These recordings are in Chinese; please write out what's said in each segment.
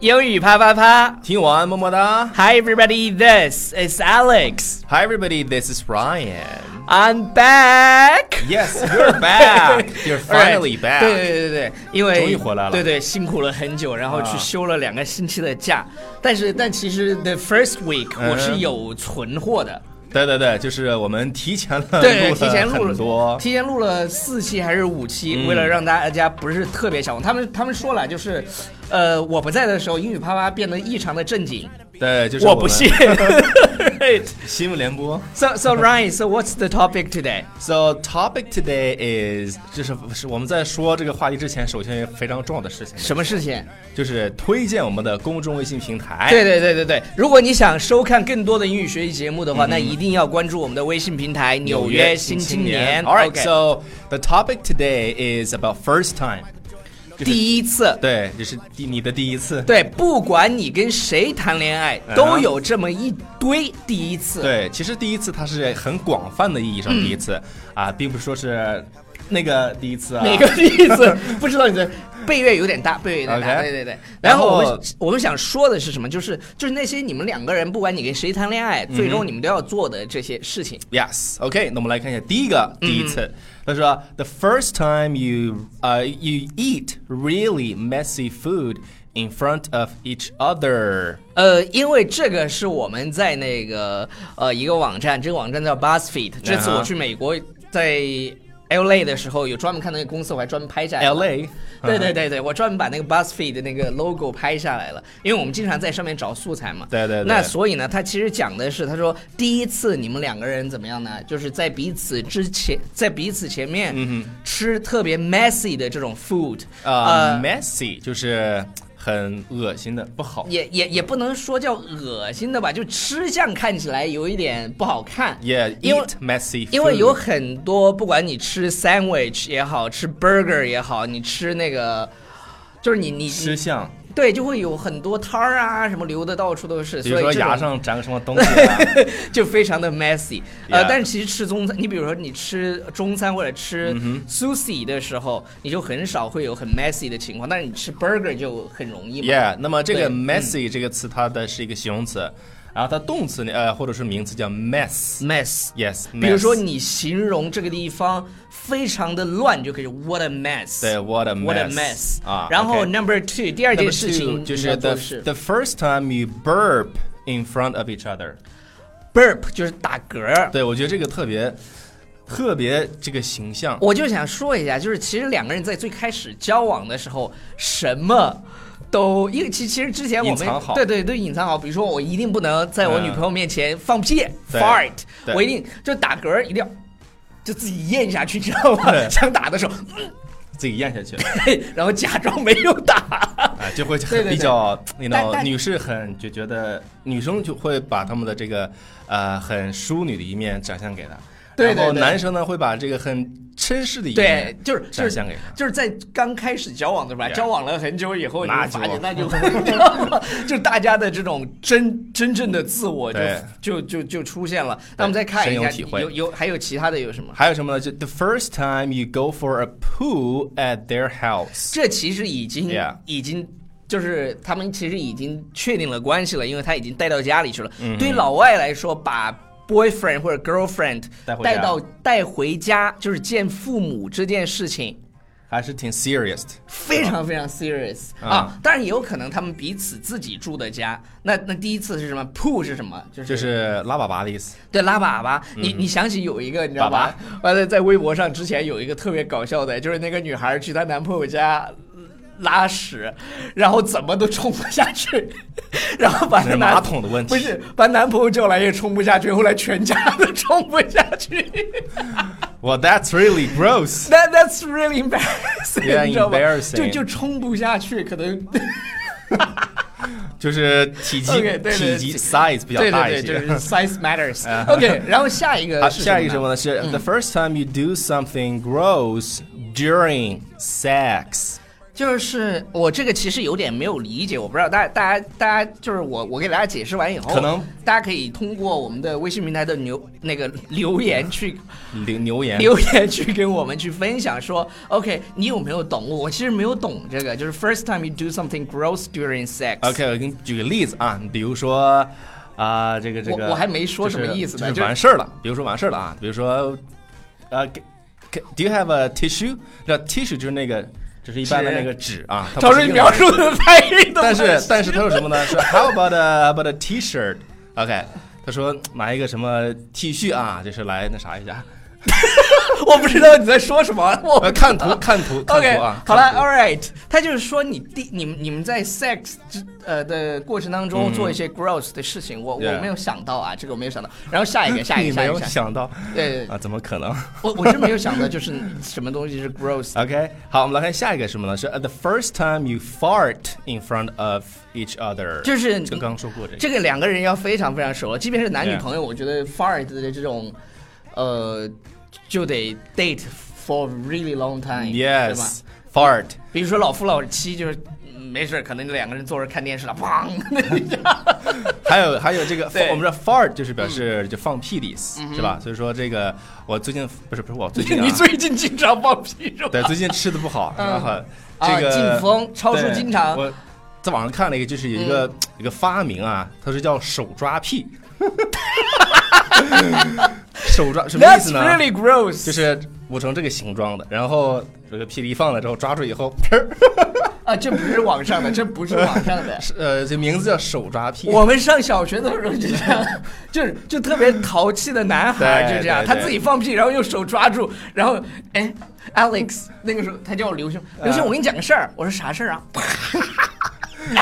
英语啪啪啪听完么么哒。 ！Hi everybody, this is Alex. Hi everybody, this is Ryan. I'm back. Yes, you're back. You're finally Alright，对 back. 对对对，因为终于回来了啊对对，辛苦了很久，然后去休了两个星期的假，但是但其实 the first week 嗯我是有存货的，对对对，就是我们提前了，对，嗯 录提前录很多。嗯提前录了四期还是五期，为了让大家不是特别想，他们他们说了就是，呃，我不在的时候，英语啪啪变得异常的正经，对，就是我们不信。Right. 新闻联播。 So so Ryan, so what's the topic today? So topic today is，就是是我们在说这个话题之前，首先有非常重要的事情，什么事情？就是推荐我们的公众微信平台。对对对对对，如果你想收看更多的英语学习节目的话，那一定要关注我们的微信平台《纽约新青年》。 All right, OK so the topic today is about first time. 就是第一次。对，就是第你的第一次。对，不管你跟谁谈恋爱，嗯都有这么一堆第一次。对，其实第一次它是很广泛的意义上第一次、嗯啊，并不是说是那个第一次啊。哪个第一 次？不知道你的背乐有点大，背乐有点大。 OK 对对对。然然后后我们我们想说的是什么？就是就是那些你们两个人，不管你跟谁谈恋爱，最终你们都要做的这些事情。 Yes. OK，那我们来看一下第一个第一嗯次。他说：“The first time you 呃、you eat really messy food in front of each other。呃，因为这个是我们在那个呃一个网站，这个网站叫 BuzzFeed。这嗯次我去美国，在 LA 的时候，有专门看那个公司，我还专门拍下来了。 LA 对对嗯对对，我专门把那个 BuzzFeed 的那个 logo 拍下来了，因为我们经常在上面找素材嘛。对对对那所以呢，他其实讲的是，他说第一次你们两个人怎么样呢？就是在彼此之前，在彼此前面嗯吃特别 messy 的这种 food，呃、呃 m e s s y 就是很恶心的，不好。也也也不能说叫恶心的吧，就吃相看起来有一点不好看。 Yeah, 因为 eat messy. 因为有 food 很多，不管你吃 sandwich 也好，吃 burger 也好，你吃那个，就是你你吃你相，对，就会有很多摊儿啊，什么流的到处都是，比如所以说这种牙上长个什么东西、啊。 就非常的 messy。呃 Yeah 但是其实吃中餐，你比如说你吃中餐或者吃嗯 sushi 的时候，你就很少会有很 messy 的情况，但是你吃 burger 就很容易嘛。 Yeah，那么这对个嗯 messy 这个词，它的是一个形容词，然后它动词呢，呃，或者是名词叫 mess。 mess。 Yes，比如说 mess 你形容这个地方非常的乱，就可以 what a mess。对 what a What a mess mess 啊然后 OK number two，第二件 Number 事 two 情就你要是做 the 的是 the first time you burp in front of each other。 burp，就是打嗝儿。对，我觉得这个特别特别这个形象。我就想说一下，就是其实两个人在最开始交往的时候，什么都，因为其其实之前我隐们藏好对对对隐藏好，比如说我一定不能在我嗯女朋友面前放屁、对 fart，对我一定就打嗝一定要就自己咽下去，你知道吗？对想打的时候，自己咽下去了然后假装没有打。啊，就会对对对比较，你知但道，但女士很就觉得女生就会把她们的这个呃很淑女的一面展现给她，对然后对对男生呢会把这个很绅士的一对面，就是就展是现给她。就是在刚开始交往的吧， Yeah 交往了很久以后，你那会发现就那就你知道吗？ 就大家的这种真真正的自我就对就就就出现了。那我们再看深一有下，体会有有还有其他的有什么？还有什么呢？就 the first time you go for a poo at their house。这其实已经 Yeah 已经就是他们其实已经确定了关系了，因为他已经带到家里去了。嗯对于老外来说，把 boyfriend 或者 girlfriend 带回家带到带回家，就是见父母这件事情。还是挺 serious 的。非常非常 serious 啊啊！当然也有可能他们彼此自己住的家。那那第一次是什么？poo 是什么？就是就是嗯拉粑粑的意思，对拉粑粑。你你想起有一个你知道吧？完了在微博上之前有一个特别搞笑的，就是那个女孩去她男朋友家。拉屎，然后怎么都冲不下去，然后把那她是男马桶的问题不是把男朋友叫来也冲不下去，后来全家都冲不下去。哇、well,，That's really gross。 That that's really embarrassing， Yeah, 你知道吗？ embarrassing 就就冲不下去，可能就是体积 OK，对对体积对 size 比较对大对对，一就些。是 size matters。OK，然后下一好，个是下一个什什么呢？呢？嗯是 the first time you do something gross during sex。就是我这个其实有点没有理解，我不知道大家大家大家就是我我给大家解释完以后，可能大家可以通过我们的微信平台的留那个 留言去留留言留言去跟我们去分享说，OK，你有没有懂？我其实没有懂这个，就是 first time you do something gross during sex。 OK，我给你举个例子啊，比如说啊、这个这个我我还没说什么意思呢就是就是就是完事儿了。比如说完事儿了啊，比如说呃给给，Do you have a tissue？那 tissue 就是那个，就是一般的纸那个纸啊。它超不是叔，你用描述的太运动了但是但是他说什么呢？说 How about a how about a T-shirt？OK，、他说拿一个什么 T 恤啊，就是来那啥一下。我不知道你在说什么，我呃，看图看图看 OK，图啊。好了看图，All right，他就是说你第你们你们在 sex 之呃的过程当中做一些 gross 的事情，我嗯 Yeah 我没有想到啊，这个我没有想到。然后 下一个，下一你个，下没一有个，下一个想到对，对对啊？怎么可能我我是没有想到就是什么东西是 gross 的。 ？OK，好，我们来看下一个是什么呢？是 uh, The first time you fart in front of each other，就是这个刚说过这个。这个两个人要非常非常熟，即便是男女 Yeah 朋友，我觉得 fart 的这种，呃，就得 date for really long time，对吧？ Yes, fart。比如说老夫老妻就是。嗯没事儿，可能两个人坐着看电视了，砰！还有还有这个，对嗯我们知道 fart 就是表示就放屁的意思，是吧？所以说这个我最近不是不是我最近、啊， 你最近经常放屁是吧？对，最近吃的不好，嗯然后啊这个进风超叔对经常嗯我在网上看了一个，就是有一个一个发明啊，它是叫手抓 屁，手抓什么意 That's 思呢？ really gross。就是捂成这个形状的，然后这个屁里一放了之后，抓住以后，砰儿啊，这不是网上的，这不是网上 的。是呃，这名字叫手抓屁。我们上小学的时候就这样，就是就特别淘气的男孩对就这样，对他对自己放屁，然后用手抓住，然后哎，Alex 那个时候他叫我刘兄，啊刘兄我跟你讲个事儿，我说啥事儿啊？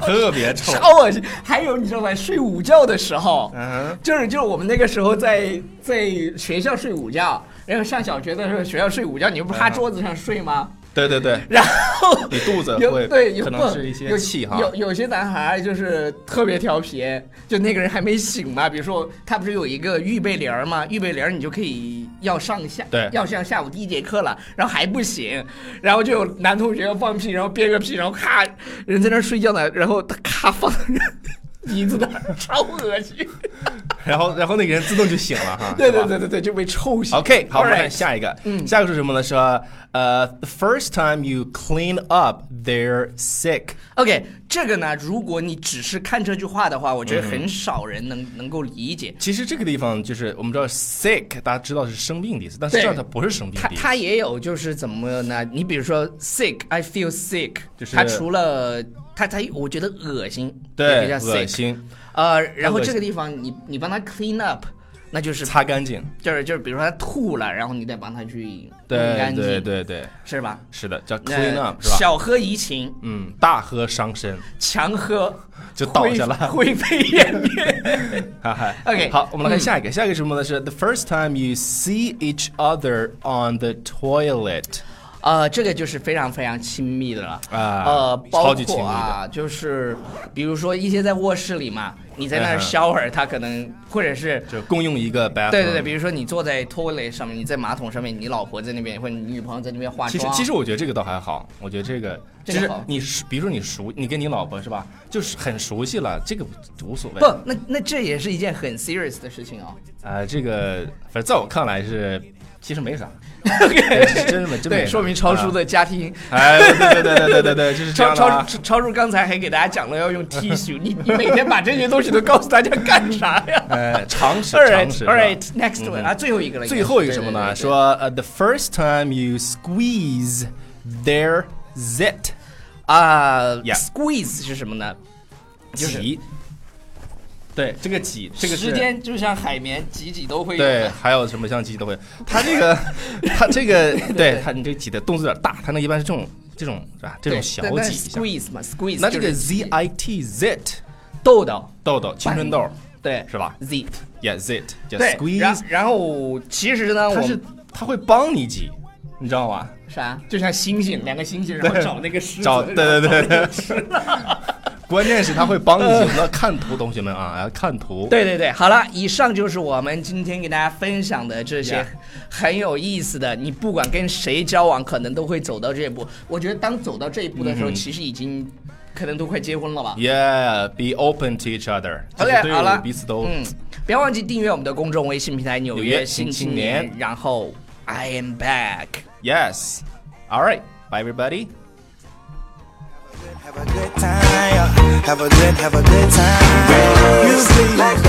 特别臭，超恶心。还有你知道吗？睡午觉的时候，嗯就是就是我们那个时候在在学校睡午觉，然后上小学的时候学校睡午觉，你不嗯趴桌子上睡吗？对对对，然后你肚子有会对有可能不是一些有气哈，有有些男孩儿就是特别调皮，就那个人还没醒嘛，比如说他不是有一个预备铃儿嘛，预备铃儿你就可以要上下对要上下午第一节课了，然后还不醒，然后就有男同学要放屁，然后憋个屁，然后咔人在那儿睡觉呢，然后他咔放在人鼻子那儿，超恶心，然后然后那个人自动就醒了哈， 对啊是吧对对对对，就被臭醒。 OK，好，我们看 Alright 嗯下一个。下一个是什么呢？是呃、t h e first time you clean up their sick。 OK，这个呢，如果你只是看这句话的话，我觉得很少人能、能够理解。其实这个地方就是我们知道 sick，大家知道是生病的意思，但实际上它不是生病他的意思。他也有就是怎么呢？你比如说 sick，I feel sick，就是他除了他他我觉得恶心，也可以对，叫恶 sick。心，呃，然后恶心这个地方你你帮他 clean up，那就是擦干净。就是就是比如说他吐了，然后你得帮他去对弄干对净，对对，是吧？是的，叫那 clean up 是吧？小喝怡情，嗯，大喝伤身强喝就倒下了，灰 灰飞烟灭。哈哈。 OK，好，我们来看嗯下一个，下一个是什么呢？是 the first time you see each other on the toilet 呃，这个就是非常非常亲密的了。啊呃，包超级亲括密的。啊，就是比如说一些在卧室里嘛，你在那儿嗯哼 shower，他可能或者是。就共用一个 bathroom，对对对，比如说你坐在 toilet 上面，你在马桶上面，你老婆在那边或者你女朋友在那边化其实妆，其实我觉得这个倒还好，我觉得这个这就个是好你熟，比如说你熟，你跟你老婆是吧，就是很熟悉了，这个无所谓。不，那那这也是一件很 serious 的事 情哦。呃，这个反正在我看来是其实没啥，真真没真没对，啥说明超叔。的家庭，啊哎，对对对对对对对，就是这超样的超啊。超超叔刚才还给大家讲了要用 T 恤，你你每天把这些东西都告诉大家干啥 呀呃，常识？All 常识是 right, all 吧。 right, next one 啊，最后一个了，最后一个应什该么是呢？，说呃，the first time you squeeze their zit，对对对啊 Yeah ，squeeze 是什么呢？就是挤。对，这个挤，这个是时间就像海绵挤挤都会有对，的。还有什么像鸡都会。他这 个，他这个，对他，你这个挤的动作有点大，他那一般是这种这种是吧？这种小但但挤一下。 squeeze 嘛，squeeze 那这就个是 Z 啊 I T zit 痘痘，痘痘，青春痘对，是吧？Z ？Yeah zit，叫对，然 squeeze，然后其实它呢，我是它会帮你挤，你知道吗？啥？就像星星，两个星星，然后找那个狮子，找对对对对然后找那个吃了。关键是他会帮 你那看图，同学们啊，要看图。对对对，好了，以上就是我们今天给大家分享的这些 Yeah 很有意思的。你不管跟谁交往，可能都会走到这一步。我觉得当走到这一步的嗯时候，其实已经可能都快结婚了吧。 Yeah, be open to each other。就是对好了，彼此都嗯，不要忘记订阅我们的公众微信平台《纽纽约约新新青青年》，年然后 I am back。 yes. All right, bye everybody. Have a good time. Have a good, have a good time. Music like